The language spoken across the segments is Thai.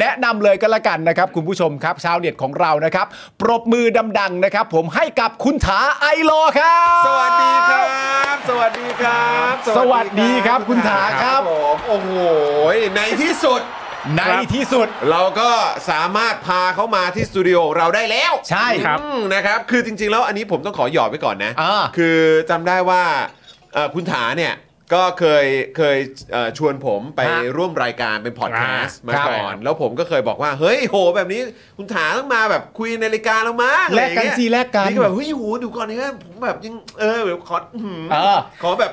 แนะนำเลยก็แล้วกันนะครับคุณผู้ชมครับชาวเน็ตของเรานะครับ ปรบมือดังๆนะครับ ผมให้กับคุณถาไอรอว์ครับ สวัสดีครับ สวัสดีครับ สวัสดีครับคุณถาครับ ผมโอ้โหในที่สุด ในที่สุด เราก็สามารถพาเขามาที่สตูดิโอของเราได้แล้ว ใช่ครับ อืมนะครับ คือจริง ๆ แล้วอันนี้ผมต้องขอหยอดไว้ก่อนนะ อ่า คือจำได้ว่าเอ่อคุณถาเนี่ย ก็เคยเคยเอ่อชวนผมไป ฮะ ร่วมรายการเป็นพอดแคสต์มา ครับ ก่อน แล้วผมก็เคยบอกว่า เฮ้ยโห แบบนี้คุณถาต้องมาแบบคุยในรายการแล้วมั้งอะไรอย่างแลกเงี้ยกันสิแลกกัน นี่ก็แบบเฮ้ยโหดูก่อนเนี่ยผมแบบยังเออแบบขออื้อหือ เออ ขอแบบ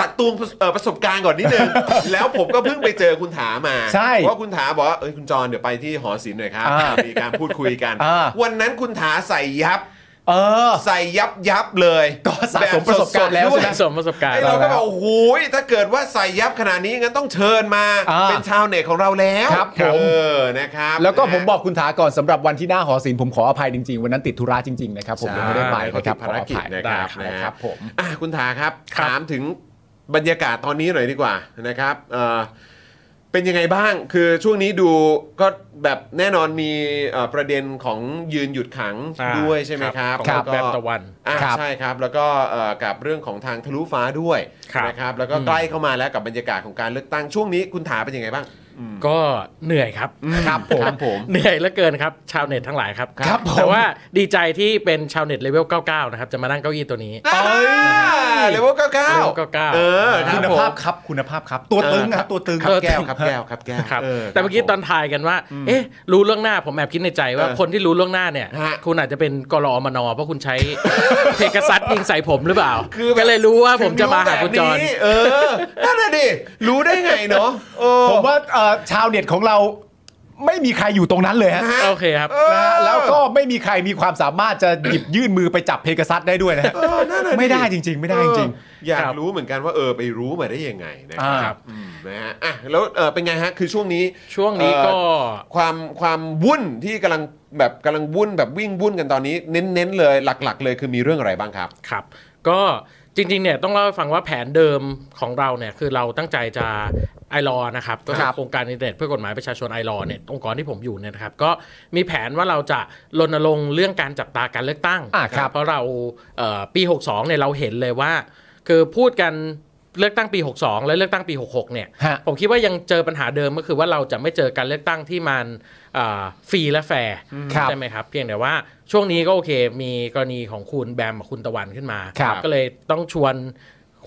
ตักตวงประสเอ่อประสบการณ์ก่อนนิด นึง แล้วผมก็เพิ่งไปเจอคุณถามา ใช่ ว่า คุณถาบอกว่าเอ้ยคุณจรเดี๋ยวไปที่หอศิลป์หน่อยครับ อ่า มีการพูดคุยกัน อ่า วันนั้นคุณถาใส่ยับ เออ ใส่ยับยับเลย ก็สะสมประสบการณ์แล้ว ดๆด้ย ใช่ไห สะสมประสบการณ์ ไอ้เราก็แบบโอ้โหถ้าเกิดว่าใส่ยับขนาดนี้งั้นต้องเชิญมา อ่า เป็นชาวเน็ตของเราแล้ว ครับผม เออนะครับ แล้วก็ผม นะฮะ บอกคุณถาก่อนสำหรับวันที่หน้าหอศิลป์ผมขออภัยจริงๆ วันนั้นติดธุระจริงๆนะครับผม ใช่ ยังไม่ได้ไปนะครับ เขาติดภารกิจ ขออภัย นะครับ ได้ นะฮะ ครับผม อ่ะคุณถาครับ ครับ ถามถึงบรรยากาศตอนนี้หน่อยดีกว่านะครับเอ่อเป็นยังไงบ้าง คือช่วงนี้ดูก็แบบแน่นอนมีเอ่อประเด็นของยืนหยุดขัง อ่า ด้วยใช่ไหมครับ ของ ล้วก็ แบบตะวัน อ่ะ ครับ ใช่ครับ แล้วก็เอ่อกับเรื่องของทางทะลุฟ้าด้วย ครับ นะครับแล้วก็ใกล้เข้ามาแล้วกับบรรยากาศของการเลือกตั้งช่วงนี้คุณถาเป็นยังไงบ้าง ก็เหนื่อยครับ ครับผม ครับผม เหนื่อยเหลือเกินครับชาวเน็ตทั้งหลายครับ ครับผม แต่ว่าดีใจที่เป็นชาวเน็ตเลเวล 99 นะครับ จะมานั่งเก้าอี้ตัวนี้ เอ้ยเลเวลเก้าเก้า เลเวล99 เออรั คุ บ ณ ผม ภาพครับคุณภาพครับ ตัวตึงนะครับตัวตึง ครับแก้วครับแก้วครับแก้ว ครับ เออ แต่เมื่อกี้ ครับ ตอนถ่ายกันว่า เอ๊ะ รู้ล่วงหน้าผมแอบคิดในใจว่า เออ คนที่รู้ล่วงหน้าเนี่ย ฮะ คุณอาจจะเป็นกรอมนอเพราะคุณใช้ เพกซัสยิงใส่ผมหรือเปล่า คือแบบ ก็เลยรู้ว่าผมจะมาหาคุณจถึงรแบบนี้เออ นั่นน่ะดิ รู้ได้ไงเนาะโอ้ ผมว่าเอ่อชาวเน็ตของเราไม่มีใครอยู่ตรงนั้นเลยฮะ ฮะ โอเคครับ นะฮะแล้วก็ไม่มีใครมีความสามารถจะ หยิบยื่นมือไปจับเพกาซัสได้ด้วยนะฮะ เออนั่นน่ะ ไม่ได้จริง ๆ ไม่ได้จริง เอออยาก ครับ รู้เหมือนกันว่าเออไปรู้มาได้ยังไงนะค ครั รับบ อืมนะฮะ อ่ะ แล้วเออเป็นไงฮะ คือช่วงนี้ ช่วงนี้ก็ เอ่อความความวุ่นที่กำลังแบบกำลังวุ่นแบบวิ่งวุ่นกันตอนนี้ เน้นๆเลยหลัก ๆ เลยคือมีเรื่องอะไรบ้างครับ ครับก็จริงๆเนี่ยต้องเล่าให้ฟังว่าแผนเดิมของเราเนี่ยคือเราตั้งใจจะไอรอนะครับก็คือโครงการอินเทอร์เน็ตเพื่อกฎหมายประชาชนไอรอเนี่ยองค์กรที่ผมอยู่เนี่ยนะครับก็มีแผนว่าเราจะรณรงค์เรื่องการจับตาการเลือกตั้ง อ่าครับ เพราะเราเอ่อปี 62เนี่ยเราเห็นเลยว่า คือพูดกันเลือกตั้งปี 62 และเลือกตั้งปี 66เนี่ย ฮะ ผมคิดว่ายังเจอปัญหาเดิมก็คือว่าเราจะไม่เจอการเลือกตั้งที่มันเอ่อฟรีและแฟร์ ครับ ใช่ไหมครับ เพียงแต่ว่าช่วงนี้ก็โอเค มีกรณีของคุณแบมกับคุณตะวันขึ้นมา ครับ ก็เลยต้องชวน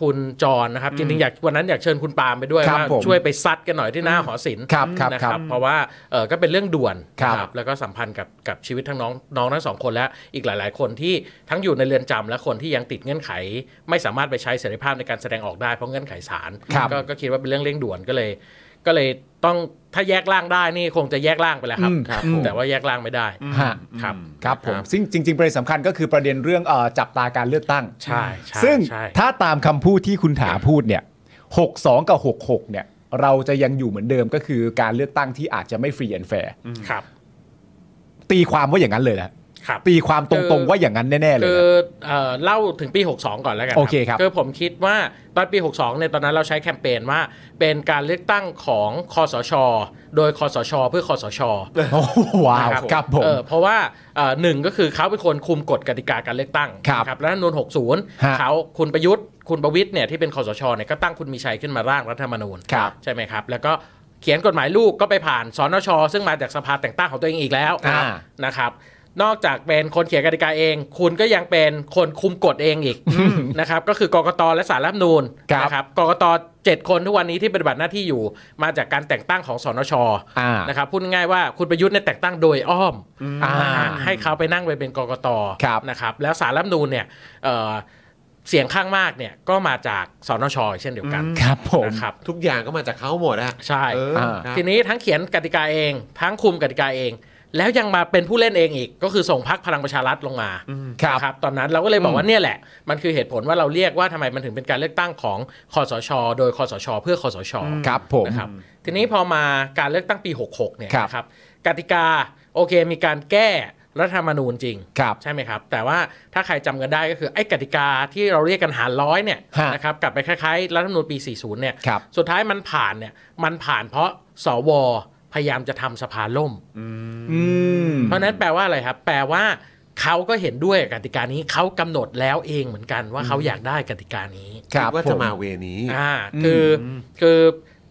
คุณจรนะครับ จริงๆอยากวันนั้นอยากเชิญคุณปาล์มไปด้วย ครับ ว่า ผม ช่วยไปซัดกันหน่อยที่หน้าหอศิลป์ ครับครับ นะครับ เพราะว่าเออก็เป็นเรื่องด่วน ครับ นะแล้วก็สัมพันธ์กับกับชีวิตทั้งน้องน้องทั้งสองคนและอีกหลาย ๆ คนที่ทั้งอยู่ในเรือนจำและคนที่ยังติดเงื่อนไข ไม่สามารถไปใช้เสรีภาพในการแสดงออกได้เพราะเงื่อนไขศาล ครับ ก็ก็คิดว่าเป็นเรื่องเร่งด่วนก็เลย ก็เลยต้องถ้าแยกร่างได้นี่คงจะแยกร่างไปแล้วครั อืมครับผม แต่ว่าแยกร่างไม่ได้ ฮะ ครับ ครับผมซึ่งจริง ๆ ประเด็นสำคัญก็คือประเด็นเรื่องเอ่อจับตาการเลือกตั้ง ใช่ใช่ ซึ่ง ใช่ ถ้าตามคำพูดที่คุณถาพูดเนี่ย62 กับ 66 เนี่ย เราจะยังอยู่เหมือนเดิมก็คือการเลือกตั้งที่อาจจะไม่ฟรีแอนแฟร์ ครับ ตีความว่าอย่างนั้นเลยนะครับ ตีความตรงๆว่าอย่างนั้นแน่ๆเลย คือ นะ เอ่อเล่าถึงปี 62 ก่อนแล้วกัน โอเคครับ คือผมคิดว่าตอนปี 62เนี่ยตอนนั้นเราใช้แคมเปญว่า เป็นการเลือกตั้งของคอสช โดยคอสช เพื่อคอสช โอ้ว้าว นะครับ ครับผม เออเพราะว่าเอ่อหนึ่งก็คือเขาเป็นคนคุมกฎกติกาการเลือกตั้ง ครับ นะรัฐธรรมนูญ ฮะ 60 เขาคุณประยุทธ์ คุณประวิทย์เนี่ยที่เป็นคอสชเนี่ยก็ตั้งคุณมีชัยขึ้นมาร่างรัฐธรรมนูญ ครับ ใช่ไหมครับ แล้วก็เขียนกฎหมายลูกก็ไปผ่านสนช ซึ่งมาจากสภาแต่งตั้งของตัวเองอีกแล้ว อ่า นะครับ นอกจากเป็นคนเขียนกติกาเอง คุณก็ยังเป็นคนคุมกฎเองอี กนะครับก็คือกกตและสารรัฐธรรมนูญ ครับ นะครับกกตเจ็ดคนทุกวันนี้ที่ปฏิบัติหน้าที่อยู่ มาจากการแต่งตั้งของสนช อ่าน ะ นะครับพูดง่ายๆว่าคุณประยุทธ์เนี่ยแต่งตั้งโดยอ้อม อ่า นะฮะให้เขาไปนั่งไปเป็นกกต ครับ นะครับแล้วสารรัฐธรรมนูนเนี่ยเอ่อเสียงข้างมากเนี่ยก็มาจากสนชเช่นเดียวกัน ครับผม นะครับ ทุกอย่างก็มาจากเขาหมดอะ ใช่ เออ อ่า ครับ ทีนี้ทั้งเขียนกติกาเอง ทั้งคุมกติกาเอง แล้วยังมาเป็นผู้เล่นเองอีก ก็คือส่งพักพลังประชารัฐลงมา ครับ นะครับตอนนั้นเราก็เลยบอกว่าเนี่ยแหละ มันคือเหตุผลว่าเราเรียกว่าทำไมมันถึงเป็นการเลือกตั้งของคอสช โดยคอสช เพื่อคอสช ครับผม นะครับทีนี้พอมาการเลือกตั้งปี 66 เนี่ย ครับ นะครับกติกาโอเคมีการแก้รัฐธรรมนูญจริง ครับ ใช่ไหมครับ แต่ว่าถ้าใครจำกันได้ก็คือไอ้กติกาที่เราเรียกกันหารร้อยเนี่ย ฮะ นะครับกลับไปคล้ายๆ รัฐธรรมนูญปี 40 เนี่ย ครับ สุดท้ายมันผ่านเนี่ยมันผ่านเพราะสว พยายามจะทำสภาล่ม อืม อืม เพราะฉะนั้นแปลว่าอะไรครับ แปลว่าเขาก็เห็นด้วยกับกติกานี้เขากำหนดแล้วเองเหมือนกันว่าเขาอยากได้กติกานี้ ครับ ว่า ผ จะมาเวนี้ อ่าคืออ ม คือ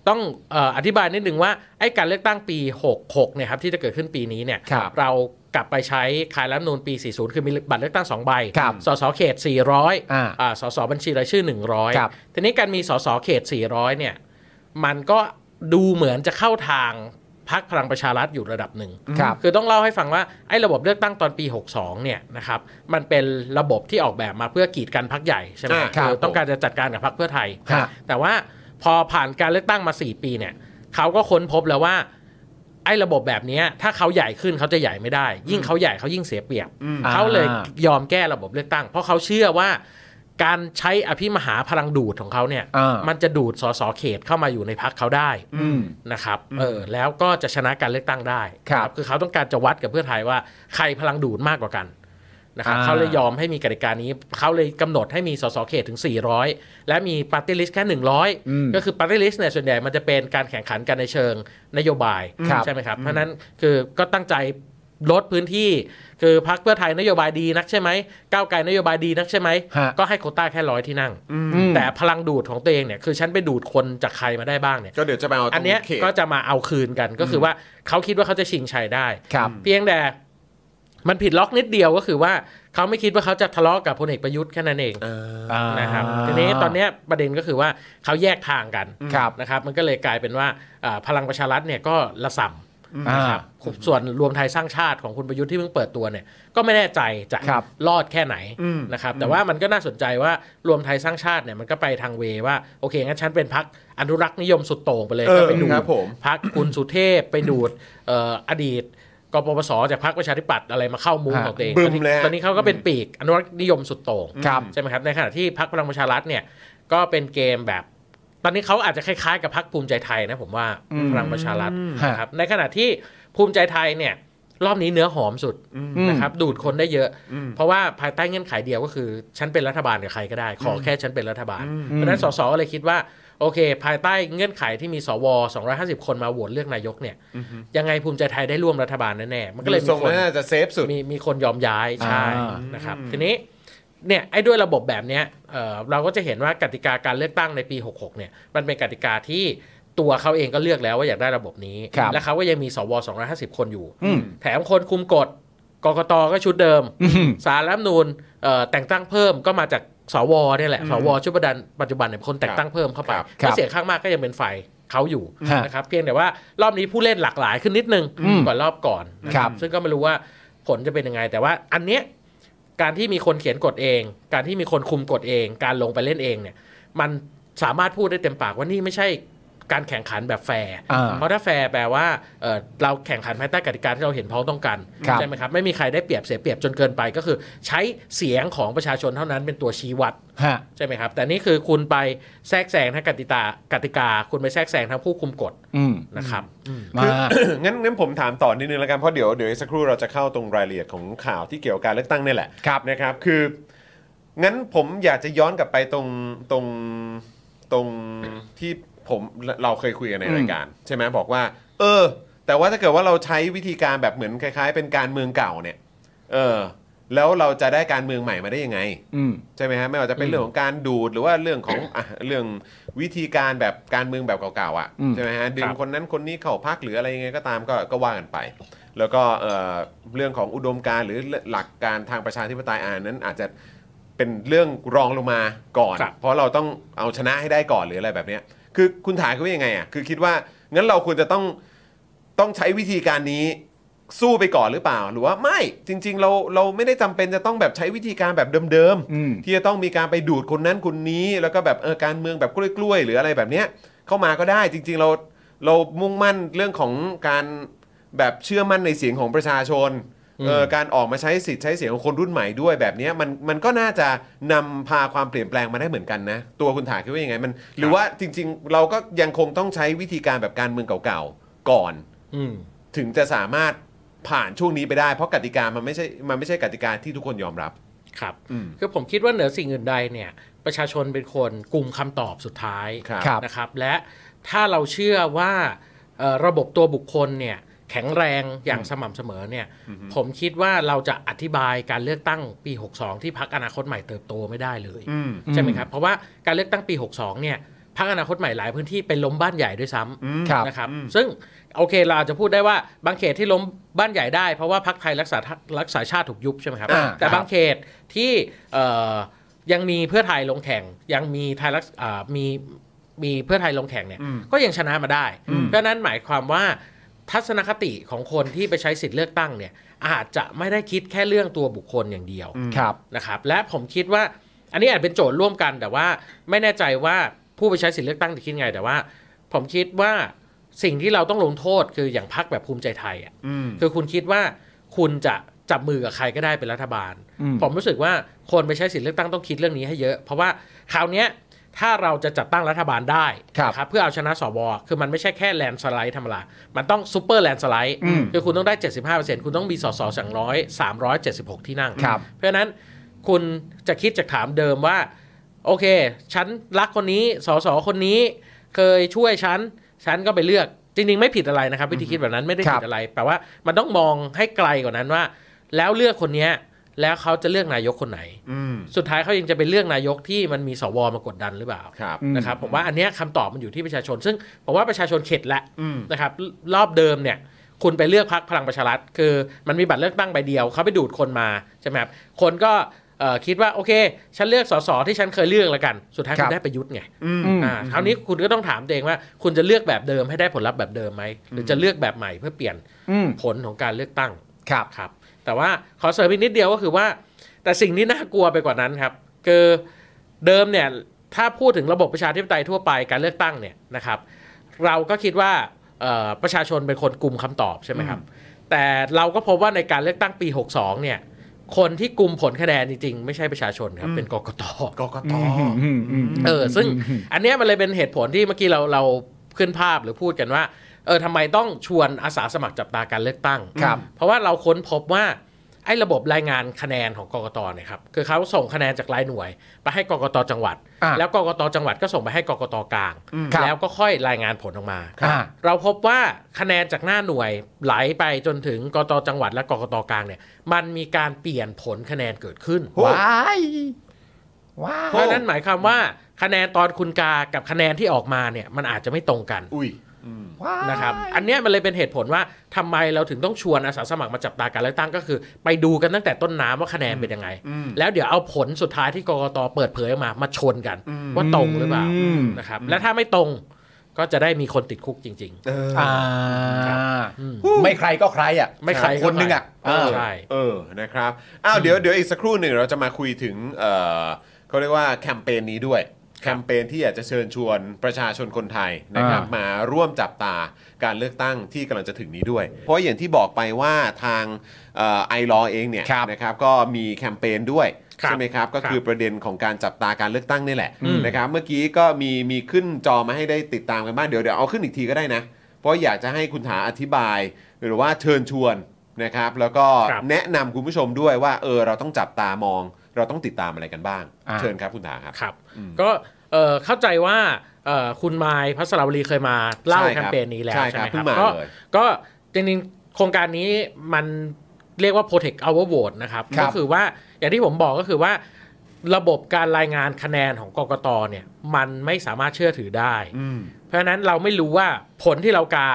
ต้องเอ่ออธิบายนิดนึงว่าไอ้การเลือกตั้งปี 66เนี่ยครับที่จะเกิดขึ้นปีนี้เนี่ย ครับ เรากลับไปใช้ขายรัฐธรรมนูนปี 40 คือมีบัตรเลือกตั้ง 2 ใบ ครับ สสเขต 400 อ่า อ่าสสบัญชีรายชื่อ 100 ครับ ทีนี้การมีสสเขต 400เนี่ยมันก็ดูเหมือนจะเข้าทางพักพลังประชารัฐอยู่ระดับหนึ่ง ครับ คือต้องเล่าให้ฟังว่าไอ้ระบบเลือกตั้งตอนปี 62 เนี่ยนะครับมันเป็นระบบที่ออกแบบมาเพื่อกีดกันพักใหญ่ใช่ไหม อ่าครับ คือต้องการจะจัดการกับพักเพื่อไทย ฮะ แต่ว่าพอผ่านการเลือกตั้งมา 4 ปีเนี่ยเขาก็ค้นพบแล้วว่าไอ้ระบบแบบเนี้ยถ้าเขาใหญ่ขึ้นเขาจะใหญ่ไม่ได้ ยิ่งเขาใหญ่เขายิ่งเสียเปรียบ อืม อ่า เขาเลยยอมแก้ระบบเลือกตั้ง เพราะเขาเชื่อว่าการใช้อภิมหาพลังดูดของเขาเนี่ย อ่ามั มันจะดูดสสเขตเข้ามาอยู่ในพักเขาได้ อืม นะครับ อืม เออ แล้วก็จะชนะการเลือกตั้งได้ ครับ คือเขาต้องการจะวัดกับเพื่อไทยว่าใครพลังดูดมากกว่ากันนะครับ อ่า เขาเลยยอมให้มีกติกานี้ เขาเลยกำหนดให้มีสสเขตถึง 400 และมีปาร์ตี้ลิสต์แค่ 100 ก็คือปาร์ตี้ลิสต์เนี่ยส่วนใหญ่มันจะเป็นการแข่งขันกันในเชิงนโยบาย ใช่ไหมครับ เพราะฉะนั้นคือก็ตั้งใจลดพื้นที่ คือพักเพื่อไทยนโยบายดีนักใช่ไหมก้าวไกลนโยบายดีนักใช่ไหม ฮะ ก็ให้โควต้าแค่ร้อยที่นั่ง อืม แต่พลังดูดของตัวเองเนี่ย คือฉันไปดูดคนจากใครมาได้บ้างเนี่ย ก็เดี๋ยวจะไปเอาตรง อันเนี้ย เขต ก็จะมาเอาคืนกันก็คือว่าเขาคิดว่าเขาจะชิงชัยได้ ครับ เพียงแต่มันผิดล็อกนิดเดียวก็คือว่าเขาไม่คิดว่าเขาจะทะเลาะกับพลเอกประยุทธ์แค่นั้นเองนะครับทีนี้ตอนเนี้ยประเด็นก็คือว่าเขาแยกทางกัน ครับ นะครับ มันก็เลยกลายเป็นว่าอ่าพลังประชารัฐเนี่ยก็ละส่ำ อ่า นะครับส่วนรวมไทยสร้างชาติของคุณประยุทธ์ที่เพิ่งเปิดตัวเนี่ยก็ไม่แน่ใจจะ ครับ รอดแค่ไหน อืม นะครับแต่ว่ามันก็น่าสนใจว่ารวมไทยสร้างชาติเนี่ยมันก็ไปทางเวว่าโอเคงั้นฉันเป็นพักอนุรักษ์นิยมสุดโต่งไปเลย เอ ก็ อ ไปดู ครับผม พักคุณสุเทพไปดูดเอ่ออดีตกปปสจากพรรคประชาธิปัตย์อะไรมาเข้ามุ้ง ฮะ ของตัวเอง บึ้มเลยฮะ ตอนนี้เขาก็เป็นปีกอนุรักษ์นิยมสุดโต่ง ครับ ใช่ไหมครับในขณะที่พรรคพลังประชารัฐเนี่ยก็เป็นเกมแบบ ตอนนี้เขาอาจจะคล้ายๆกับพรรคภูมิใจไทยนะผมว่า อืม พลังประชารัฐ ฮะ นะครับในขณะที่ภูมิใจไทยเนี่ยรอบนี้เนื้อหอมสุดนะครับดูดคนได้เยอะ เพราะว่าภายใต้เงื่อนไขเดียวก็คือฉันเป็นรัฐบาลกับใครก็ได้ ขอแค่ฉันเป็นรัฐบาล เพราะฉะนั้นสสก็เลยคิดว่า โอเค ภายใต้เงื่อนไขที่มีสว 250 คนมาโหวตเลือกนายกเนี่ยยังไงภูมิใจไทยได้ร่วมรัฐบาลแน่ๆ มันก็เลย ดู มี ทรง คน แล้วน่าจะเซฟสุด มีมีคนยอมย้ายใช่ อ่า นะครับทีนี้เนี่ยไอ้ด้วยระบบแบบเนี้ยเอ่อเราก็จะเห็นว่ากติกาการเลือกตั้งในปี 66 เนี่ยมันเป็นกติกาที่ตัวเขาเองก็เลือกแล้วว่าอยากได้ระบบนี้ ครับ และเขาก็ยังมีสว 250 คนอยู่ อืม แถมคนคุมกฎกกตก็ชุดเดิม อืม สารรัฐธรรมนูญเอ่อแต่งตั้งเพิ่มก็มาจากสวเนี่ยแหละสวชุดปัจจุบันปัจจุบันเนี่ยเป็นคนแต่งตั้งเพิ่มเข้าไป ครับ ครับ ก็เสียงข้างมากก็ยังเป็นฝ่ายเขาอยู่ ฮะ นะครับเพียงแต่ว่ารอบนี้ผู้เล่นหลากหลายขึ้นนิดนึง อืม กว่ารอบก่อนนะครับ ซึ่งก็ไม่รู้ว่าผลจะเป็นยังไง แต่ว่าอันเนี้ยการที่มีคนเขียนกฎเอง การที่มีคนคุมกฎเอง การลงไปเล่นเองเนี่ยมันสามารถพูดได้เต็มปากว่านี่ไม่ใช่การแข่งขันแบบแฟร์ อ่า เพราะถ้าแฟร์แปลว่าเอ่อเราแข่งขันภายใต้กติกาที่เราเห็นพ้องต้องกัน ครับ ใช่ไหมครับ ไม่มีใครได้เปรียบเสียเปรียบจนเกินไปก็คือ ใช้เสียงของประชาชนเท่านั้นเป็นตัวชี้วัด ฮะ ใช่ไหมครับ แต่นี่คือคุณไปแทรกแซงทั้งกติกากติกา คุณไปแทรกแซงทั้งผู้คุมกฎ อืม นะครับอืม มา งั้นงั้นผมถามต่อนิดนึงแล้วกันเพราะเดี๋ยวเดี๋ยวอีกสักครู่เราจะเข้าตรงรายละเอียดของข่าวที่เกี่ยวกับการเลือกตั้งนี่แหละ ครับ นะครับ คือ งั้นผมอยากจะย้อนกลับไปตรงตรงตรงที่ผมเราเคยคุยกันใน อืม รายการ ใช่ไหมบอกว่า เออ แต่ว่าถ้าเกิดว่าเราใช้วิธีการแบบเหมือนคล้าย ๆ เป็นการเมืองเก่าเนี่ย เออ แล้วเราจะได้การเมืองใหม่มาได้ยังไง อืม ใช่ไหมฮะไม่ว่าจะเป็น อืม เรื่องของการดูดหรือว่าเรื่องของ อ่ะเรื่องวิธีการแบบการเมืองแบบเก่าๆอ่ะ อืม ใช่ไหมฮะดึงคนนั้นคนนี้เข้าพักหรืออะไรยังไงก็ตามก็ก็ว่ากันไป แล้วก็เอ่อเรื่องของอุดมการณ์หรือหลักการทางประชาธิปไตยอันนั้นอาจจะเป็นเรื่องรองลงมาก่อน ครับ เพราะเราต้องเอาชนะให้ได้ก่อนหรืออะไรแบบเนี้ยคือคุณถ่ายเขาว่ายังไงอ่ะคือคิดว่างั้นเราควรจะต้องต้องใช้วิธีการนี้ สู้ไปก่อนหรือเปล่า หรือว่าไม่จริง ๆ เราเราไม่ได้จำเป็นจะต้องแบบใช้วิธีการแบบเดิม อืม ที่จะต้องมีการไปดูดคนนั้นคนนี้ แล้วก็แบบเออการเมืองแบบกล้วยๆหรืออะไรแบบเนี้ยเข้ามาก็ได้จริง ๆ เราเรามุ่งมั่นเรื่องของการแบบเชื่อมั่นในเสียงของประชาชนเออการออกมาใช้สิทธิ์ใช้เสียงของคนรุ่นใหม่ด้วยแบบเนี้ยมันมันก็น่าจะนำพาความเปลี่ยนแปลงมาได้เหมือนกันนะ ตัวคุณถาคิดว่ายังไงมัน หรือว่าจริง ๆ เราก็ยังคงต้องใช้วิธีการแบบการเมืองเก่าๆก่อน อืม ถึงจะสามารถผ่านช่วงนี้ไปได้ เพราะกติกามันไม่ใช่มันไม่ใช่กติกาที่ทุกคนยอมรับ ครับ อืม คือผมคิดว่าเหนือสิ่งอื่นใดเนี่ย ประชาชนเป็นคนกลุ่มคำตอบสุดท้าย ครับ ครับ นะครับ และถ้าเราเชื่อว่า เอ่อระบบตัวบุคคลเนี่ยแข็งแรงอย่างสม่ำเสมอเนี่ยผมคิดว่าเราจะอธิบายการเลือกตั้งปี 62 ที่พักอนาคตใหม่เติบโตไม่ได้เลย อืม ใช่ไหมครับ เพราะว่าการเลือกตั้งปี 62 เนี่ยพักอนาคตใหม่หลายพื้นที่เป็นล้มบ้านใหญ่ด้วยซ้ อืม ครั ำ บ นะครับ อืม ซึ่งโอเคเราอาจจะพูดได้ว่าบางเขตที่ล้มบ้านใหญ่ได้เพราะว่าพักไทยรักษารักษาชาติถูกยุบใช่ไหมครับ อ่าครัแต่บ บางเขตที่เอ่อยังมีเพื่อไทยลงแข่ง ยังมีไทยรักอ่ามีมีเพื่อไทยลงแข่งเนี่ย อืม ก็ยังชนะมาได้ เพราะฉะนั้นหมายความว่าทัศนคติของคนที่ไปใช้สิทธิ์เลือกตั้งเนี่ยอาจจะไม่ได้คิดแค่เรื่องตัวบุคคลอย่างเดียว ครับ นะครับและผมคิดว่าอันนี้อาจเป็นโจทย์ร่วมกัน แต่ว่าไม่แน่ใจว่าผู้ไปใช้สิทธิเลือกตั้งจะคิดไง แต่ว่า ผมคิดว่าสิ่งที่เราต้องลงโทษคืออย่างพักแบบภูมิใจไทยอ่ะ อืม คือคุณคิดว่าคุณจะจับมือกับใครก็ได้เป็นรัฐบาล อืม ผมรู้สึกว่าคนไปใช้สิทธิเลือกตั้งต้องคิดเรื่องนี้ให้เยอะ เพราะว่าคราวเนี้ยถ้าเราจะจัดตั้งรัฐบาลได้ ครับ นะเพื่อเอาชนะสวคือมันไม่ใช่แค่แลนสไลด์ธรรมดามันต้องซูเปอร์แลนสไลด์ อืม คือคุณต้องได้ 75%คุณต้องมีสสสองร้อยสามร้อยเจ็ดสิบหกที่นั่ง ครับ เพราะฉะนั้นคุณจะคิดจากถามเดิมว่า โอเค ฉันรักคนนี้สสคนนี้ เคยช่วยฉัน ฉันก็ไปเลือก จริงๆ ไม่ผิดอะไรนะครับ วิธีคิดแบบนั้นไม่ได้ผิ ครั ด บ อะไรแปลว่ามันต้องมองให้ไกลกว่านั้นว่า แล้วเลือกคนเนี้ยแล้วเขาจะเลือกนายกคนไหน อืม สุดท้ายเขายังจะเป็นเลือกนายกที่มันมีสวมากดดันหรือเปล่า ครับ นะครับผมว่าอันเนี้ยคำตอบมันอยู่ที่ประชาชน ซึ่งผมว่าประชาชนเข็ดแล้ว อืม นะครับรอบเดิมเนี่ยคุณไปเลือกพักพลังประชารัฐคือมันมีบัตรเลือกตั้งใบเดียวเขาไปดูดคนมาใช่ไหมครับคนก็เอ่อคิดว่าโอเค ฉันเลือกสสที่ฉันเคยเลือกแล้วกัน สุดท้าย ครั คุ บ ณได้ประยุทธ์ไง อืม อืม อ่าคราวนี้คุณก็ต้องถามตัวเองว่า คุณจะเลือกแบบเดิมให้ได้ผลลัพธ์แบบเดิมไหมหรือจะเลือกแบบใหม่เพื่อเปลี่ยน อืม ผลของการเลือกตั้ง ครับ ครับ แต่ว่าขอเสริมอีกนิดเดียวก็คือว่า แต่สิ่งที่น่ากลัวไปกว่านั้นครับคือเดิมเนี่ยถ้าพูดถึงระบบประชาธิปไตยทั่วไปการเลือกตั้งเนี่ยนะครับ เราก็คิดว่าเอ่อประชาชนเป็นคนกลุ่มคำตอบใช่ไหมครับ แต่เราก็พบว่าในการเลือกตั้งปี 62 เนี่ย คนที่กลุ่มผลคะแนนจริงๆ ไม่ใช่ประชาชนครับ อืม เป็นกกต กกต เออซึ่งอันเนี้ยมันเลยเป็นเหตุผลที่เมื่อกี้เราเราขึ้นภาพหรือพูดกันว่าเออทำไมต้องชวนอาสาสมัครจับตาการเลือกตั้ง ครับ เพราะว่าเราค้นพบว่าไอ้ระบบรายงานคะแนนของกกตเนี่ยครับคือเขาส่งคะแนนจากรายหน่วย ไปให้กกตจังหวัด อ่า แล้วกกตจังหวัดก็ส่งไปให้กกตกลาง อืม ครับ แล้วก็ค่อยรายงานผลออกมา อ่า เราพบว่าคะแนนจากหน้าหน่วยไหลไปจนถึงกตจังหวัดและกกตกลางเนี่ย มันมีการเปลี่ยนผลคะแนนเกิดขึ้น โอ้ ว้ายว้า เพราะ ย ฉะนั้นหมายความว่าคะแนนตอนคุณกากับคะแนนที่ออกมาเนี่ยมันอาจจะไม่ตรงกัน อุ้ยอืม นะครับ อันเนี้ยมันเลยเป็นเหตุผลว่าทำไมเราถึงต้องชวนอาสาสมัครมาจับตาการเลือกตั้งก็คือ ไปดูกันตั้งแต่ต้นน้ำว่าคะแนนเป็นยังไง อืม แล้วเดี๋ยวเอาผลสุดท้ายที่กกตเปิดเผยออกมามาชนกันว่าตรงหรือเปล่า อืม นะครับ และถ้าไม่ตรงก็จะได้มีคนติดคุกจริง เออ อ่า ครับอืม ไม่ใครก็ใครอ่ะ ไม่ใครก็ใคร คนหนึงอ่ะ เออ ใช่ เออนะครับอ้าวเดี๋ยวเดี๋ยวอีกสักครู่หนึ่งเราจะมาคุยถึงเออเขาเรียกว่าแคมเปญนี้ด้วย แคมเปญที่อยากจะเชิญชวนประชาชนคนไทยนะครับ า มาร่วมจับตาการเลือกตั้งที่กำลังจะถึงนี้ด้วย เพราะอย่างที่บอกไปว่าทางไอรอ ILAW เองเนี่ยนะครับก็มีแคมเปญด้วย ครับ ใช่ไหมครับก็ ครับ คือประเด็นของการจับตาการเลือกตั้งนี่แหละนะครับเมื่อกี้ก็มีมีขึ้นจอมาให้ได้ติดตามกันบ้างเดี๋ยวเดี๋ยวเอาขึ้นอีกทีก็ได้นะ เพราะอยากจะให้คุณถาอธิบาย หรือว่าเชิญชวนนะครับ แล้วก็ ครับ แนะนำคุณผู้ชมด้วยว่าเออเราต้องจับตามอง เราต้องติดตามอะไรกันบ้าง อ่า เชิญครับคุณถาครับ ครับก็เอ่อเข้าใจว่าเอ่อคุณมายพัสราวลีเคยมาเล่า ใช่ค แครับ มเปญนี้แล้ว ใช่ ใช่ไหม ครับ ค เพิ่ รับ งมา ก็ เลย ก็จริงๆโครงการนี้มันเรียกว่า Protect Our Vote นะครับ ครับ ก็คือว่าอย่างที่ผมบอกก็คือว่าระบบการรายงานคะแนนของกกตเนี่ยมันไม่สามารถเชื่อถือได้ อืม เพราะฉะนั้นเราไม่รู้ว่าผลที่เรากา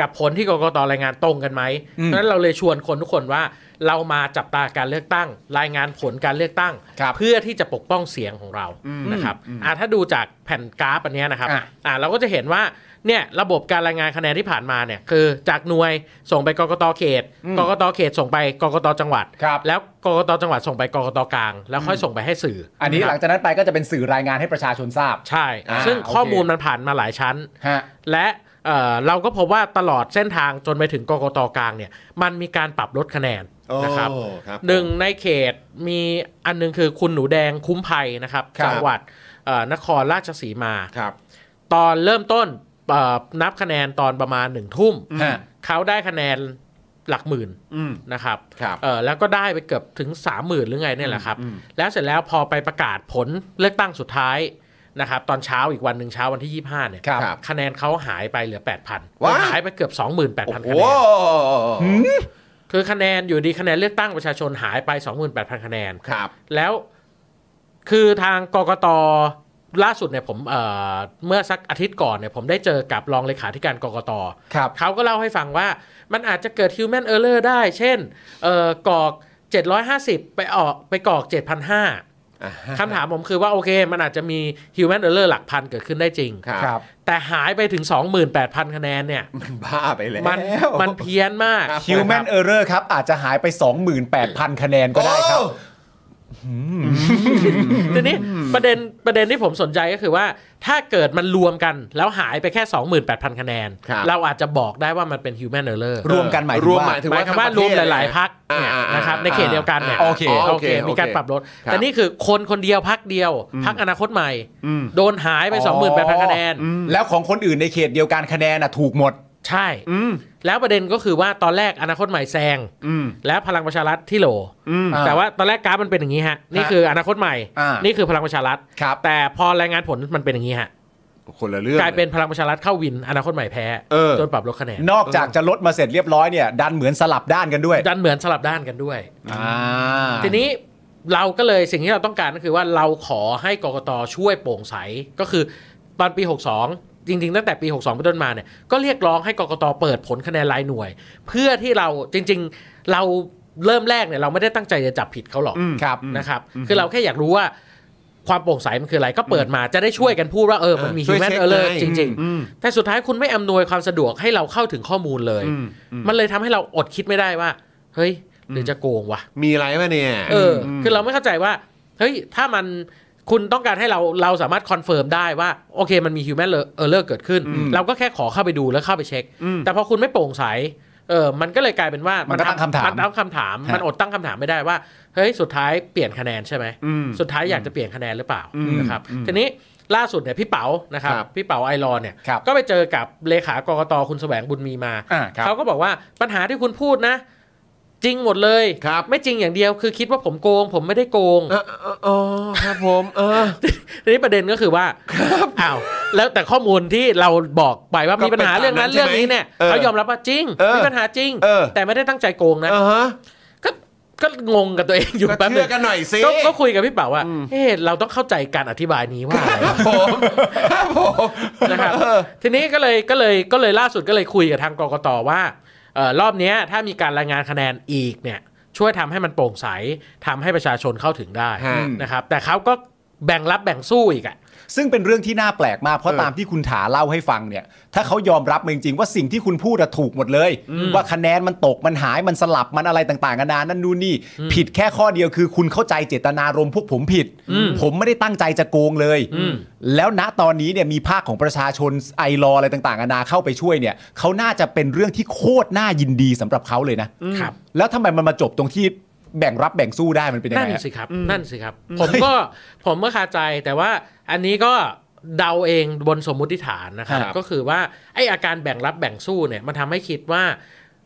กับผลที่กกตรายงานตรงกันไหม เพราะฉะนั้นเราเลยชวนคนทุกคนว่าเรามาจับตาการเลือกตั้ง รายงานผลการเลือกตั้ง ครับ เพื่อที่จะปกป้องเสียงของเรา อืม นะครับอ่าถ้าดูจากแผ่นกราฟอันเนี้ยนะครับ อ่ะ อ่าเราก็จะเห็นว่าเนี่ยระบบการรายงานคะแนนที่ผ่านมาเนี่ยคือจากหน่วยส่งไปกกตเขตกกตเขตส่งไปกกตจังหวัด ครับ แล้วกกตจังหวัดส่งไปกกตกลาง แล้วค่อยส่งไปให้สื่อ อั อั นนี้หลังจากนั้นไปก็จะเป็นสื่อรายงานให้ประชาชนทราบ ใช่ อ่า ซึ่ง โอเค ข้อมูลมันผ่านมาหลายชั้น ฮะ และเอ่อเราก็พบว่าตลอดเส้นทางจนไปถึงกกตกลางเนี่ยมันมีการปรับลดคะแนนนะครับ โอ้ครับผม หนึ่งในเขตมีอันหนึงคือคุณหนูแดงคุ้มภัยนะครับ ครับ จังหวัดเอ่อนครราชสีมา ครับ ตอนเริ่มต้นเอ่อนับคะแนนตอนประมาณหนึ่งทุ่ม ฮะ เขาได้คะแนนหลักหมื่น อืม นะครับ ครับ เอ่อแล้วก็ได้ไปเกือบถึง 3 0,000หรือไงเนี่ยแหละครับ แล้วเสร็จแล้วพอไปประกาศผลเลือกตั้งสุดท้าย นะครับตอนเช้าอีกวันหนึ่งเช้าวันที่ 25เนี่ย ครับ ครับ คะแนนเขาหายไปเหลือ 8,000 ว้า หายไปเกือบ โอ้ 28,000 โห คะแนน คือคะแนนอยู่ดีคะแนนเลือกตั้งประชาชนหายไป 28,000 คะแนน ครับ แล้วคือทางกกตล่าสุดเนี่ยผมเอ่อเมื่อสักอาทิตย์ก่อนเนี่ยผมได้เจอกับรองเลขาธิการกกต ครับ เขาก็เล่าให้ฟังว่ามันอาจจะเกิด human error ได้ เช่นเอ่อกรอก 750 ไปออกไปกรอก 7,500 อ่าฮะ คำถามผมคือว่าโอเค มันอาจจะมี human error หลักพันเกิดขึ้นได้จริง ครับ ครับ แต่หายไปถึง 28,000 คะแนนเนี่ย มันบ้าไปแล้ว มันมันเพี้ยนมาก ครับ Human Error ครับ อาจจะหายไป 28,000 คะแนนก็ได้ครับ โอ้ ทีนี้ประเด็นประเด็นที่ผมสนใจก็คือว่า ถ้าเกิดมันรวมกันแล้วหายไปแค่ 28,000 คะแนน ครับ เราอาจจะบอกได้ว่ามันเป็น human error รวมกันหมายถึ รง วม ว่า หมายถึง หมาย ว่า ความว่ารวมหลาย ๆพัก อ่า เนี่ย อ่าอ่า นะครับในเขตเดียวกันเนี่ย โอเค โอเค มีการปรับลด ครับ แต่นี่คือคนคนเดียวพักเดียวพักอนาคตใหม่ อืม โดนหายไป 28,000 คะแนน แล้วของคนอื่นในเขตเดียวกันคะแนนน่ะถูกหมด ใช่ อืม แล้วประเด็นก็คือว่าตอนแรกอนาคตใหม่แซง อืม และพลังประชารัฐที่โหล อืม อ่า แต่ว่าตอนแรกกราฟมันเป็นอย่างนี้ฮะนี่คืออนาคตใหม่ อ่านี่ นี่คือพลังประชารัฐ ครับ แต่พอรายงานผลมันเป็นอย่างนี้ฮะ คนละเรื่อง กลายเป็นพลังประชารัฐเข้าวินอนาคตใหม่แพ้ เออ จนปรับลดคะแนน นอกจากจะลดมาเสร็จเรียบร้อยเนี่ย ดันเหมือนสลับด้านกันด้วย ดันเหมือนสลับด้านกันด้วย อ่า ทีนี้เราก็เลยสิ่งที่เราต้องการก็คือว่าเราขอให้กกตช่วยโปร่งใสก็คือตอนปี 62 จริงๆ ตั้งแต่ปี 62เป็นต้นมาเนี่ยก็เรียกร้องให้กกตเปิดผลคะแนนรายหน่วย เพื่อที่เราจริง ๆ เราเริ่มแรกเนี่ยเราไม่ได้ตั้งใจจะจับผิดเขาหรอก อืม ครับ นะครับคือเราแค่อยากรู้ว่าความโปร่งใสมันคืออะไรก็เปิดมาจะได้ช่วยกันพูดว่าเออมันมี เออช่วย human เช็ค error ให้ จริง อืม ๆ แต่สุดท้ายคุณไม่อำนวยความสะดวกให้เราเข้าถึงข้อมูลเลย อืมอืม มันเลยทำให้เราอดคิดไม่ได้ว่า เฮ้ย หรือจะโกงวะ มีอะไรป่ะเนี่ย เอออ ม คือเราไม่เข้าใจว่า เฮ้ย ถ้ามันคุณต้องการให้เราเราสามารถคอนเฟิร์มได้ว่า โอเคมันมี human error เกิดขึ้น เราก็แค่ขอเข้าไปดูแล้วเข้าไปเช็ค อืม แต่พอคุณไม่โปร่งใส เออ มันก็เลยกลายเป็นว่า มัน ก็ตั้งคำถาม นตั้งคำถาม ฮะ มันอดตั้งคำถามไม่ได้ว่า เฮ้ย สุดท้ายเปลี่ยนคะแนนใช่ไหม อืม สุดท้ายอยากจะเปลี่ยนคะแนนหรือเปล่า อืม นะครับ อืม ทีนี้ล่าสุดเนี่ยพี่เป๋า นะครับ ครับ พี่เป๋าไอรอนเนี่ย ครับ ก็ไปเจอกับเลขากกตคุณแสวงบุญมีมา อ่าครับ เขาก็บอกว่าปัญหาที่คุณพูดนะ จริงหมดเลย ครับ ไม่จริงอย่างเดียว คือคิดว่าผมโกง ผมไม่ได้โกง เออเออเออครับผมเออ ทีนี้ประเด็นก็คือว่า อ้าว แล้วแต่ข้อมูลที่เราบอกไปว่า ก็ มีปัญหาเรื่องนั้น เป็น เรื่ ตาม อง นั้น นี้เนี่ย ใช่ไหมเออ เขายอมรับว่าจริง เออ มีปัญหาจริง เออ แต่ไม่ได้ตั้งใจโกงนะ เออฮะ ก็ก็งงกับตัวเองอยู่ ก็ แป๊บห เชื่ นึ อง กันหน่อยสิ ก็ก็คุยกับพี่เป๋าว่าเอ๊ะเราต้องเข้าใจการอธิบายนี้ว่าอะไร ครับผมครับผม นะครับ เออ ทีนี้ก็เลยก็เลยก็เลยล่าสุดก็เลยคุยกับทางกกตว่าเอ่อรอบเนี้ยถ้ามีการรายงานคะแนนอีกเนี่ยช่วยทำให้มันโปร่งใสทำให้ประชาชนเข้าถึงได้ ฮะ นะครับแต่เขาก็แบ่งรับแบ่งสู้อีกอะ ซึ่งเป็นเรื่องที่น่าแปลกมาก เพราะ เออ ตามที่คุณถาเล่าให้ฟังเนี่ย ถ้าเขายอมรับมาจริงๆว่าสิ่งที่คุณพูดอะถูกหมดเลย ว่าคะแนนมันตกมันหายมันสลับมันอะไรต่างๆกันานานั่นนู่นนี่ ผิดแค่ข้อเดียวคือคุณเข้าใจเจตนารมณ์พวกผมผิด ผมไม่ได้ตั้งใจจะโกงเลย อืม แล้วณตอนนี้เนี่ยมีภาคของประชาชนไอรออะไรต่างๆนานาเข้าไปช่วยเนี่ยเขาน่าจะเป็นเรื่องที่โคตรน่ายินดีสำหรับเขาเลยนะครับ แล้วทำไมมันมาจบตรงที่แบ่งรับแบ่งสู้ได้มันเป็นยัง นั่ ไง น อะ สิครับ นั่นสิครับ ผมก็ผมก็คาใจแต่ว่าอันนี้ก็เดาเองบนสมมุติฐานนะครับ ครับ ก็คือว่าไออาการแบ่งรับแบ่งสู้เนี่ยมันทำให้คิดว่า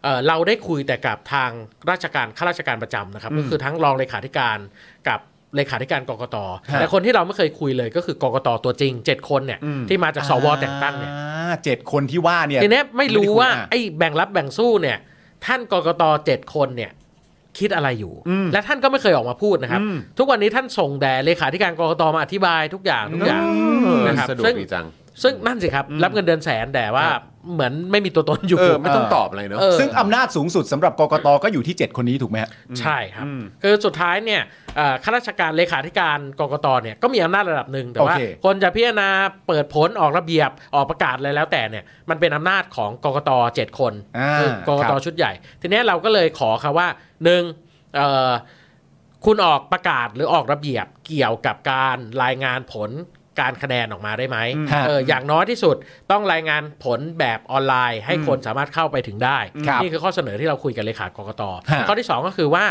เอ่อเราได้คุยแต่กับทางราชการข้าราชการประจำนะครับ ก็คือทั้งรองเลขาธิการกับเลขาธิการกกตแต่คนที่เราไม่เคยคุยเลยก็คือกกตตัวจริง 7 คนเนี่ยที่มาจากสวแต่งตั้งเนี่ย อ่าเจ็ดคนที่ว่าเนี่ย ทีเนี้ยไม่รู้ว่า ไม่ได้คุยอ่ะ ไอ้แบ่งรับแบ่งสู้เนี่ย ท่านกกตเจ็ดคนเนี่ย คิดอะไรอยู่ และท่านก็ไม่เคยออกมาพูดนะครับ ทุกวันนี้ท่านส่งแต่เลขาธิการกกตมาอธิบายทุกอย่างทุกอย่าง เออ นะครับ สะดว ซึ่ ก ง ดีจัง ซึ่งนั่นสิครับ รับเงินเดือนแสนแต่ว่าเหมือนไม่มีตัวตนอยู่ เออ ไม่ต้องตอบอะไรเนอะ เออ ซึ่งอำนาจสูงสุดสำหรับกกตก็อยู่ที่ 7 คนนี้ถูกไหมฮะ ใช่ครับ อืม คือสุดท้ายเนี่ยเอ่อข้าราชการเลขาธิการกกตเนี่ยก็มีอำนาจระดับหนึ่งแต่ว่า โอเค คนจะพิจารณาเปิดผลออกระเบียบออกประกาศอะไรแล้วแต่เนี่ยมันเป็นอำนาจของกกตเจ็ดคน อ่า คือกก ค ต รับ ชุดใหญ่ ทีเนี้ยเราก็เลยขอครับว่าหนึ่งเอ่อคุณออกประกาศหรือออกระเบียบเกี่ยวกับการรายงานผลการคะแนนออกมาได้ไหม ฮะ เอออย่างน้อยที่สุดต้องรายงานผลแบบออนไลน์ ให้คนสามารถเข้าไปถึงได้ ครับ นี่คือข้อเสนอที่เราคุยกันเลขากกต ฮะ ข้อที่สองก็คือว่า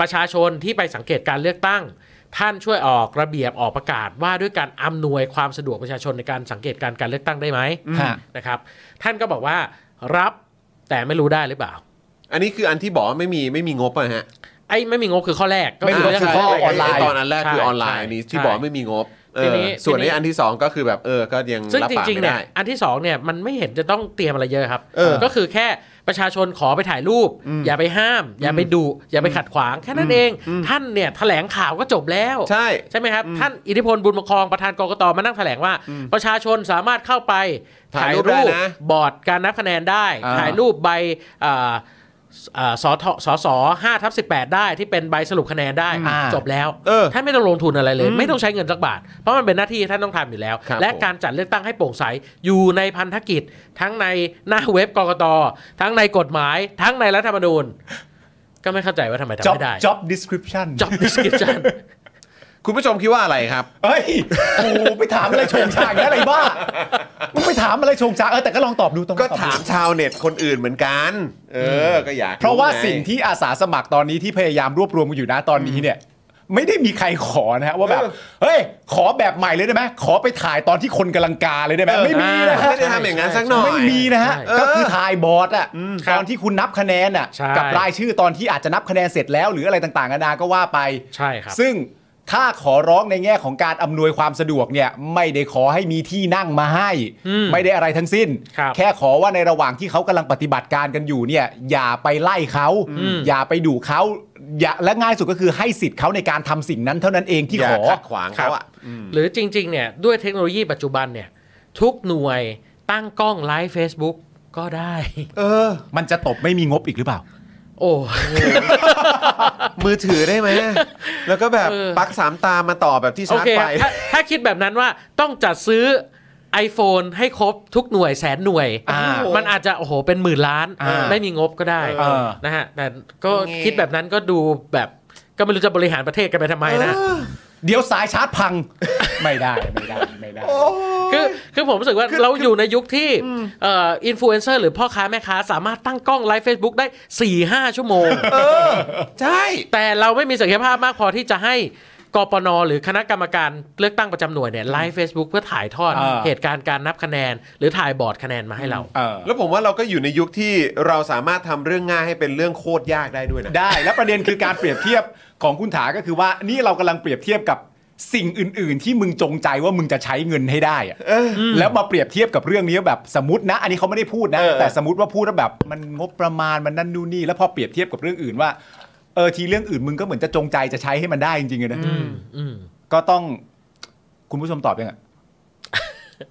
ประชาชนที่ไปสังเกตการเลือกตั้ง ท่านช่วยออกระเบียบออกประกาศว่าด้วยการอำนวยความสะดวกประชาชนในการสังเกตการการเลือกตั้งได้ไหม ฮะ นะครับท่านก็บอกว่ารับแต่ไม่รู้ได้หรือเปล่า อันนี้คืออันที่บอกว่าไม่มีไม่มีงบอะฮะ ไอ้ไม่มีงบคือข้อแรก ไม่มีงบ เรื่ง คือข้อ เรื่ง นไลน์ ตอนนั้นแรกคือออนไลน์ ใช่ นี้ที่บอก ใช่ ไม่มีงบ เอ ที อ นี้ ส่วน ที ในอันที่สองก็คือแบบเออก็ยัง ซึ่ง รับ จ ปาก ริงๆ ไม่ เนี่ย ได้ อันที่สองเนี่ยมันไม่เห็นจะต้องเตรียมอะไรเยอะครับ เออ ก็คือแค่ประชาชนขอไปถ่ายรูป อย่าไปห้าม อย่าไปดุอย่าไปขัดขวางแค่นั้นเอง อืม ท่านเนี่ยแถลงข่าวก็จบแล้ว ใช่ ใช่ไหมครับ ท่านอิทธิพลบุญประคองประธานกรกตมานั่งแถลงว่า ประชาชนสามารถเข้าไป ถ่ายรูปได้นะ บอร์ดการนับคะแนนได้ อ่า ถ่ายรูปใบอ่าอ่าสอทสอสอห้าทับสิบแปดได้ที่เป็นใบสรุปคะแนนได้ อ่า จบแล้ว เออ ท่านไม่ต้องลงทุนอะไรเลย ไม่ต้องใช้เงินสักบาท เพราะมันเป็นหน้าที่ท่านต้องทำอยู่แล้ว ครับ และ ผม การจัดเลือกตั้งให้โปร่งใส อยู่ในพันธกิจ ทั้งในหน้าเว็บกกตทั้งในกฎหมาย ทั้งในรัฐธรรมนูญ ก็ไม่เข้าใจว่าทำไมทำ จ็อบ ไม่ได้ จ็อบดิสคริปชั่น job description คุณผู้ชมคิดว่าอะไรครับ เฮ้ยโอ้โหไปถามอะไรโชงชางอย่างนั้นอะไรบ้ามึงไปถามอะไรโชงชางเออแต่ก็ลองตอบดูตรง ก็ นั้นตอบดู ถามชาวเน็ตคนอื่นเหมือนกัน เออ ก็อยาก เพราะว่า ไ สิ่งที่อาสาสมัครตอนนี้ที่พยายามรวบรวมกันอยู่นะตอนนี้เนี่ย ไม่ได้มีใครขอนะฮะว่าแบบ เออ เฮ้ย ขอแบบใหม่เลยได้ไหมขอไปถ่ายตอนที่คนกำลังกาเลยได้ไหมไม่มีนะฮะ ไม่ได้ทำอย่างนั้นสักหน่อย ไม่มีนะฮะ ใช่ ก็คือถ่ายบอร์ดอะ ครับ ตอนที่คุณนับคะแนนอะ ใช่ กับรายชื่อตอนที่อาจจะนับคะแนนเสร็จแล้ว หรืออะไรต่างๆนานาก็ว่าไป ใช่ครับ ซึ่งถ้าขอร้องในแง่ของการอำนวยความสะดวกเนี่ยไม่ได้ขอให้มีที่นั่งมาให้ อืม ไม่ได้อะไรทั้งสิ้น ครับ แค่ขอว่าในระหว่างที่เขากำลังปฏิบัติการกันอยู่เนี่ยอย่าไปไล่เขา อืม อย่าไปดุเขาอย่าและง่ายสุดก็คือให้สิทธิ์เขาในการทำสิ่งนั้นเท่านั้นเองที่ อย่า ขอ ขัดขวางเขาอ่ะอืม หรือจริง ๆ เนี่ย ด้วยเทคโนโลยีปัจจุบันเนี่ย ทุกหน่วยตั้งกล้องไลฟ์ Facebook ก็ได้ เออ มันจะตบไม่มีงบอีกหรือเปล่า โอ้ มือถือได้ไหม แล้วก็แบบ เออ ปลั๊กสามตามาต่อแบบที่ โอ ชาร์จ เค ไฟ ถ้าถ้าคิดแบบนั้นว่าต้องจัดซื้อ iPhone ให้ครบทุกหน่วยแสนหน่วย อ่า มันอาจจะโอ้โหเป็นหมื่นล้าน อ่า ไม่มีงบก็ได้ เออ นะฮะแต่ก็ งี้ คิดแบบนั้นก็ดูแบบก็ไม่รู้จะบริหารประเทศกันไปทำไมนะ เดี๋ยวสายชาร์จพัง ไม่ได้ไม่ได้ไม่ได้ คือคือผมรู้สึกว่าเราอยู่ในยุคที่เอ่ออินฟลูเอนเซอร์หรือพ่อค้าแม่ค้า สามารถตั้งกล้องไลฟ์ Facebook ได้ 4-5 ชั่วโมง ใช่ แต่เราไม่มีศักยภาพมากพอที่จะให้กปนหรือคณะกรรมการเลือกตั้งประจำหน่วยเนี่ยไลฟ์ Facebook เพื่อถ่ายทอด อ่า เหตุการณ์การนับคะแนน หรือถ่ายบอร์ดคะแนนมาให้เรา เออ แล้วผมว่าเราก็อยู่ในยุคที่เราสามารถทำเรื่องง่ายให้เป็นเรื่องโคตรยากได้ด้วยนะ ได้แล้วประเด็นคือการเปรียบเทียบของคุณถาก็คือว่านี่เรากำลังเปรียบเทียบกับสิ่งอื่น ๆ ที่มึงจงใจว่ามึงจะใช้เงินให้ได้อะแล้วมาเปรียบเทียบกับเรื่องนี้แบบสมมตินะ อันนี้เขาไม่ได้พูดนะ เออ แต่สมมติว่าพูดแล้วแบบมันงบประมาณมันนั่นนู่นนี่แล้วพอเปรียบเทียบกับเรื่องอื่นว่าเออทีเรื่องอื่นมึงก็เหมือนจะจงใจจะใช้ให้มันได้จริงๆอะนะ อืม ก็ต้องคุณผู้ชมตอบยังไง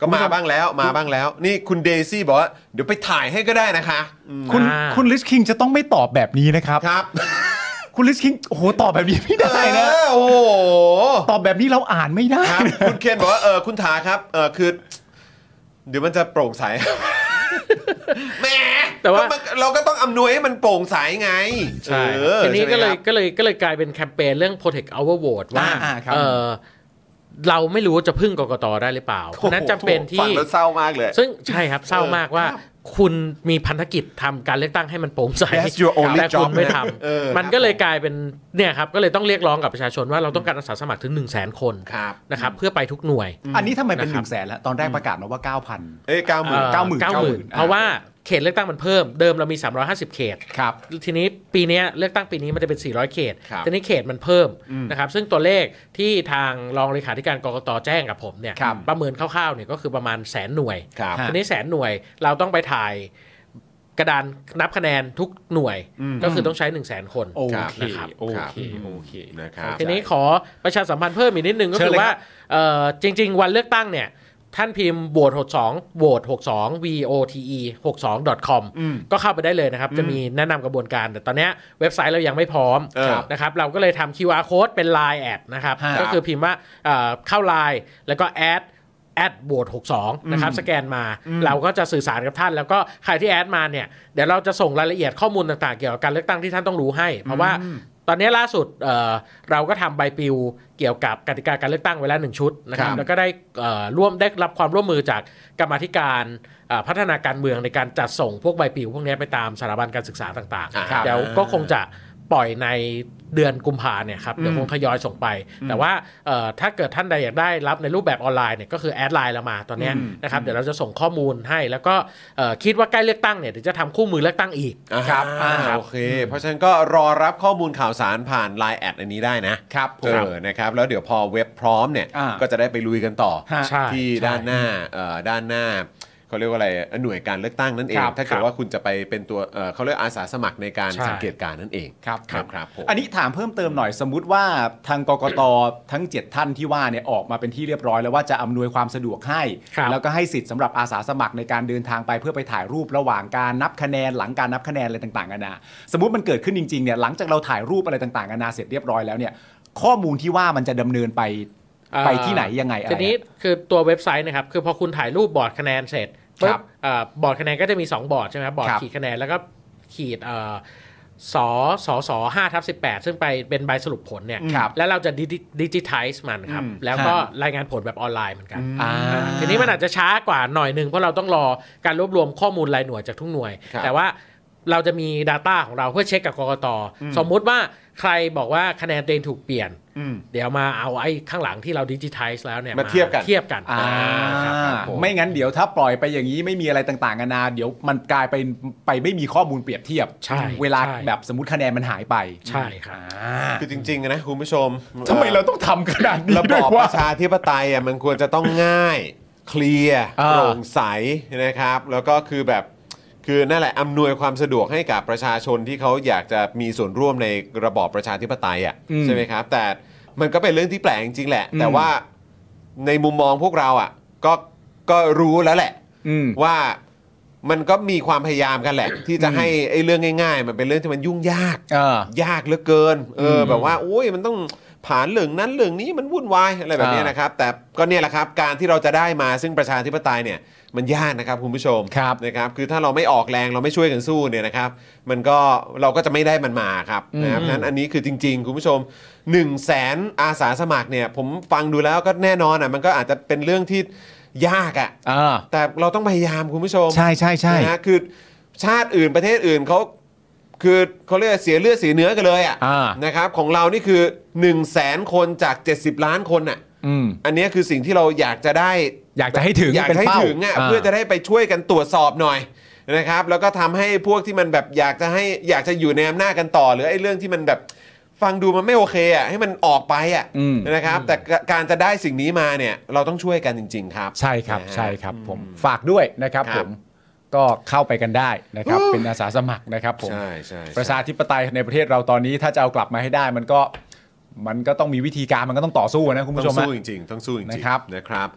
ก็มาบ้างแล้วมาบ้างแล้ว นี่คุณเดซี่บอกว่าเดี๋ยวไปถ่ายให้ก็ได้นะคะอืม คุณ อ่า คุณลิสคิงจะต้องไม่ตอบแบบนี้นะครับ ครับ คุณลิสคิงโอ้โหตอบแบบนี้ไม่ได้นะ เออโอ้โห ตอบแบบนี้เราอ่านไม่ได้ ครับ นะ คุณเคนบอกว่าเออคุณถาครับเออคือ เดี๋ยวมันจะโปร่งใส แหม แต่ว่า ก็มันเราก็ต้องอำนวยให้มันโปร่งใสไง ใช่ เออ ทีนี้ ใช่ไหม ก็เลย ครับ ก็เลยก็เลยกลายเป็นแคมเปญเรื่อง protect our vote ว่า อ่าอ่าครับ เออเราไม่รู้ว่าจะพึ่งกกตได้หรือเปล่าเพราะฉะนั้นจำเป็นที่ ฟังแล้วเศร้ามากเลย ซึ่งใช่ครับเศร้ามากว่า คุณมีพันธกิจทำการเลือกตั้งให้มันโปร่งใส That's your only แต่คุ job ณไม่ท เออ ำมัน ครับ ก็เลยกลายเป็นเนี่ยครับก็เลยต้องเรียกร้องกับประชาชนว่าเราต้องการอาสาสมัครถึง 1 0 0 0 0แคน ครับ นะครับเพื่อไปทุกหน่วย อันนี้ทำไมเป็น นะ ห ครับ นึ่งแสนแล้วตอนแรกประกาศมาว่าเก้าพัน เอ้ยเก้าหมื่น อ่อ เก้าหมื่น เก้าหเก้าหมื่นมื่น เพราะว่าเขตเลือกตั้งมันเพิ่มเดิมเรามี 350 เขต ครับ ทีนี้ปีเนี้ยเลือกตั้งปีนี้มันจะเป็น 400 เขต ครับ ทีนี้เขตมันเพิ่มนะครับซึ่งตัวเลขที่ทางรองเลขาธิการกรกตแจ้งกับผมเนี่ย ครับ ประเมินคร่าวๆเนี่ยก็คือประมาณแสนหน่วย ครับ ทีนี้แสนหน่วยเราต้องไปถ่ายกระดานนับคะแนนทุกหน่วยก็คือต้องใช้ 1 0 0 0 0แสนคน โอ ครับ เค นะครับ โอ ครับ เคโอเค นะครับ ทีนี้ขอประชาสัมพันธ์เพิ่มอีกนิดนึงก็ เชิญคือ เลย ว่า ครับ เอ่อจริง ๆ วันเลือกตั้งเนี่ย ท่านพิมพ์โหวต62โหวต62 vote 62 com ก็เข้าไปได้เลยนะครับ จะมีแนะนำกระบวนการ แต่ตอนเนี้ยเว็บไซต์เรายังไม่พร้อม เออ นะครับเราก็เลยทำ QR code เป็น Line แอดนะครับ ฮะ ก็คือพิมพ์ว่าเอ่อเข้า Line แล้วก็แอดแอดโหวต62 นะครับ สแกนมาเราก็จะสื่อสารกับท่าน แล้วก็ใครที่แอดมาเนี่ย เดี๋ยวเราจะส่งรายละเอียดข้อมูลต่างๆ เกี่ยวกับการเลือกตั้งที่ท่านต้องรู้ให้ เพราะว่าตอนนี้ล่าสุดเอ่อเราก็ทำใบปลิวเกี่ยวกับกติกาการเลือกตั้งไว้แล้วหนึ่งชุดนะครับ ครับ แล้วก็ได้เอ่อร่วมได้รับความร่วมมือจากกรรมาธิการเอ่อพัฒนาการเมืองในการจัดส่งพวกใบปลิวพวกนี้ไปตามสถาบันการศึกษาต่างๆ ครับ เดี๋ยวก็คงจะ ปล่อยในเดือนกุมภาเนี่ยครับเดี๋ยว อืม คงทยอยส่งไป แต่ว่าเอ่อถ้าเกิดท่านใดอยากได้รับในรูปแบบออนไลน์เนี่ยก็คือแอดไลน์เรามาตอนเนี้ย อืม นะครับเดี๋ยวเราจะส่งข้อมูลให้ แล้วก็เอ่อคิดว่าใกล้เลือกตั้งเนี่ยเดี๋ยวจะทำคู่มือเลือกตั้งอีก อ่า ครับอ่า โอเค เพราะฉะนั้นก็รอรับข้อมูลข่าวสารผ่าน Line แอดอันนี้ได้นะครับ เออนะครับแล้วเดี๋ยวพอเว็บพร้อมเนี่ย อ่า ก็จะได้ไปลุยกันต่อ ฮะ ใช่ ที่ ใช่ ด้านหน้าเอ่อด้านหน้าเขาเรียกว่าอะไรหน่วยการเลือกตั้งนั่นเอง ครับ ถ้าเกิดว่าคุณจะไปเป็นตัวเอ่อเขาเรียกอาสาสมัครในการ ใช่ สังเกตการณ์นั่นเอง ครับ ครับครับผม อันนี้ถามเพิ่มเติมหน่อยสมมติว่าทางกกตทั้ง 7 ท่านที่ว่าเนี่ยออกมาเป็นที่เรียบร้อยแล้วว่าจะอำนวยความสะดวกให้ ครับ แล้วก็ให้สิทธิ์สำหรับอาสาสมัครในการเดินทางไปเพื่อไปถ่ายรูประหว่างการนับคะแนนหลังการนับคะแนนอะไรต่างๆกันานาสมมติมันเกิดขึ้นจริงๆเนี่ยหลังจากเราถ่ายรูปอะไรต่างๆกันานาเสร็จเรียบร้อยแล้วเนี่ยข้อมูลที่ว่ามันจะดำเนินไป อ่า ไปที่ไหนยังไงอะไร ทีนี้คือตัวเว็บไซต์นะครับ คือพอคุณถ่ายรูปบอร์ดคะแนนเสร็จปุ๊ ครับ บเอ่อบอร์ดคะแนนก็จะมี 2 บอร์ดใช่ไหมครับบอร์ด ครับ ขีดคะแนนแล้วก็ขีดเอ่อสอสอสอห้าทับสิบแปดซึ่งไปเป็นใบสรุปผลเนี่ย ครับ แล้วเราจะดิจิทัลมันครับ แล้วก็รายงานผลแบบออนไลน์เหมือนกัน อ่า อ่าทีนี้มันอาจจะช้ากว่าหน่อยหนึ่งเพราะเราต้องรอการรวบรวมข้อมูลรายหน่วยจากทุกหน่วย ครับ แต่ว่าเราจะมี Data ของเราเพื่อเช็คกับกกตสมมุติว่าใครบอกว่าคะแนนตัวเองถูกเปลี่ยน อืม เดี๋ยวมาเอาไอ้ข้างหลังที่เราดิจิทัลแล้วเนี่ย มาเทียบกัน เทียบกัน อ่า ครับครับผม ไม่งั้นเดี๋ยวถ้าปล่อยไปอย่างนี้ไม่มีอะไรต่างๆกันานาเดี๋ยวมันกลายไปไปไม่มีข้อมูลเปรียบเทียบ ใช่ เวลา ใช่ แบบสมมติคะแนนมันหายไป ใช่ครับ อ่า คือจริงๆนะคุณผู้ชม ทำไมเราต้องทำขนาดนี้ ระบ ด้วย อบป วะ ระชาธิปไตยอ่ะมันควรจะต้องง่าย เคลียร์ อ่า โปร่งใสนะครับ แล้วก็คือแบบคือนั่นแหละอำนวยความสะดวกให้กับประชาชนที่เขาอยากจะมีส่วนร่วมในระบอบประชาธิปไตยอ่ะ อืม ใช่ไหมครับ แต่มันก็เป็นเรื่องที่แปลกจริงๆแหละ อืม แต่ว่าในมุมมองพวกเราอ่ะก็ก็รู้แล้วแหละ อืม ว่ามันก็มีความพยายามกันแหละ ที่จะให้ไอ้เรื่องง่าย ๆ มันเป็นเรื่องที่มันยุ่งยาก เออ ยากเหลือเกิน เอออ ม แบบว่าโอ้ยมันต้องผ่านเรื่องนั้นเรื่องนี้มันวุ่นวายอะไรแบบเนี้ย อ่าน นะครับ แต่ก็เนี่ยแหละครับ การที่เราจะได้มาซึ่งประชาธิปไตยเนี่ยมันยากนะครับคุณผู้ชม ครับ นะครับคือถ้าเราไม่ออกแรงเราไม่ช่วยกันสู้เนี่ยนะครับ มันก็เราก็จะไม่ได้มันมาครับนะครับ อืม นั้นอันนี้คือจริง ๆ คุณผู้ชม1นึ่งแสนอาสาสมัครเนี่ยผมฟังดูแล้วก็แน่นอนอ่ะมันก็อาจจะเป็นเรื่องที่ยากอ่ะ ่า แต่เราต้องพยายามคุณผู้ชม ใช่ใช่ใช่ นะฮะคือชาติอื่นประเทศอื่นเขาคือเขาเรียกเสียเลือดเสียเนื้อกันเลยอ่ะ อ่าน นะครับของเรานี่คือ 1 0 0 0 0แสนคนจาก 70 ล้านคนอ่ะ อืม อันเนี้ยคือสิ่งที่เราอยากจะได้ อยากจะให้ถึง อยาก เป็น จะให้ เป้า ถึงอ่ะเพื่อจะได้ไปช่วยกันตรวจสอบหน่อยนะครับ แล้วก็ทำให้พวกที่มันแบบอยากจะให้อยากจะอยู่ในอำนาจกันต่อ หรือไอ้เรื่องที่มันแบบฟังดูมันไม่โอเคอ่ะให้มันออกไปอ่ะ อืม นะครับ แต่การจะได้สิ่งนี้มาเนี่ยเราต้องช่วยกันจริง ๆ ครับ ใช่ครับ นะฮะ ใช่ครับผม ฝากด้วยนะครับ ครับ ผม ก็เข้าไปกันได้นะครับ เป็นอาสาสมัครนะครับผม ใช่ใช่ ป ใช่ ระชาธิปไตยในประเทศเราตอนนี้ถ้าจะเอากลับมาให้ได้มันก็มันก็ต้องมีวิธีการมันก็ต้องต่อสู้นะคุณผู้ชม ต้อง ฮะ สู้จริงๆต้องสู้จริงๆ นะครับ นะครับ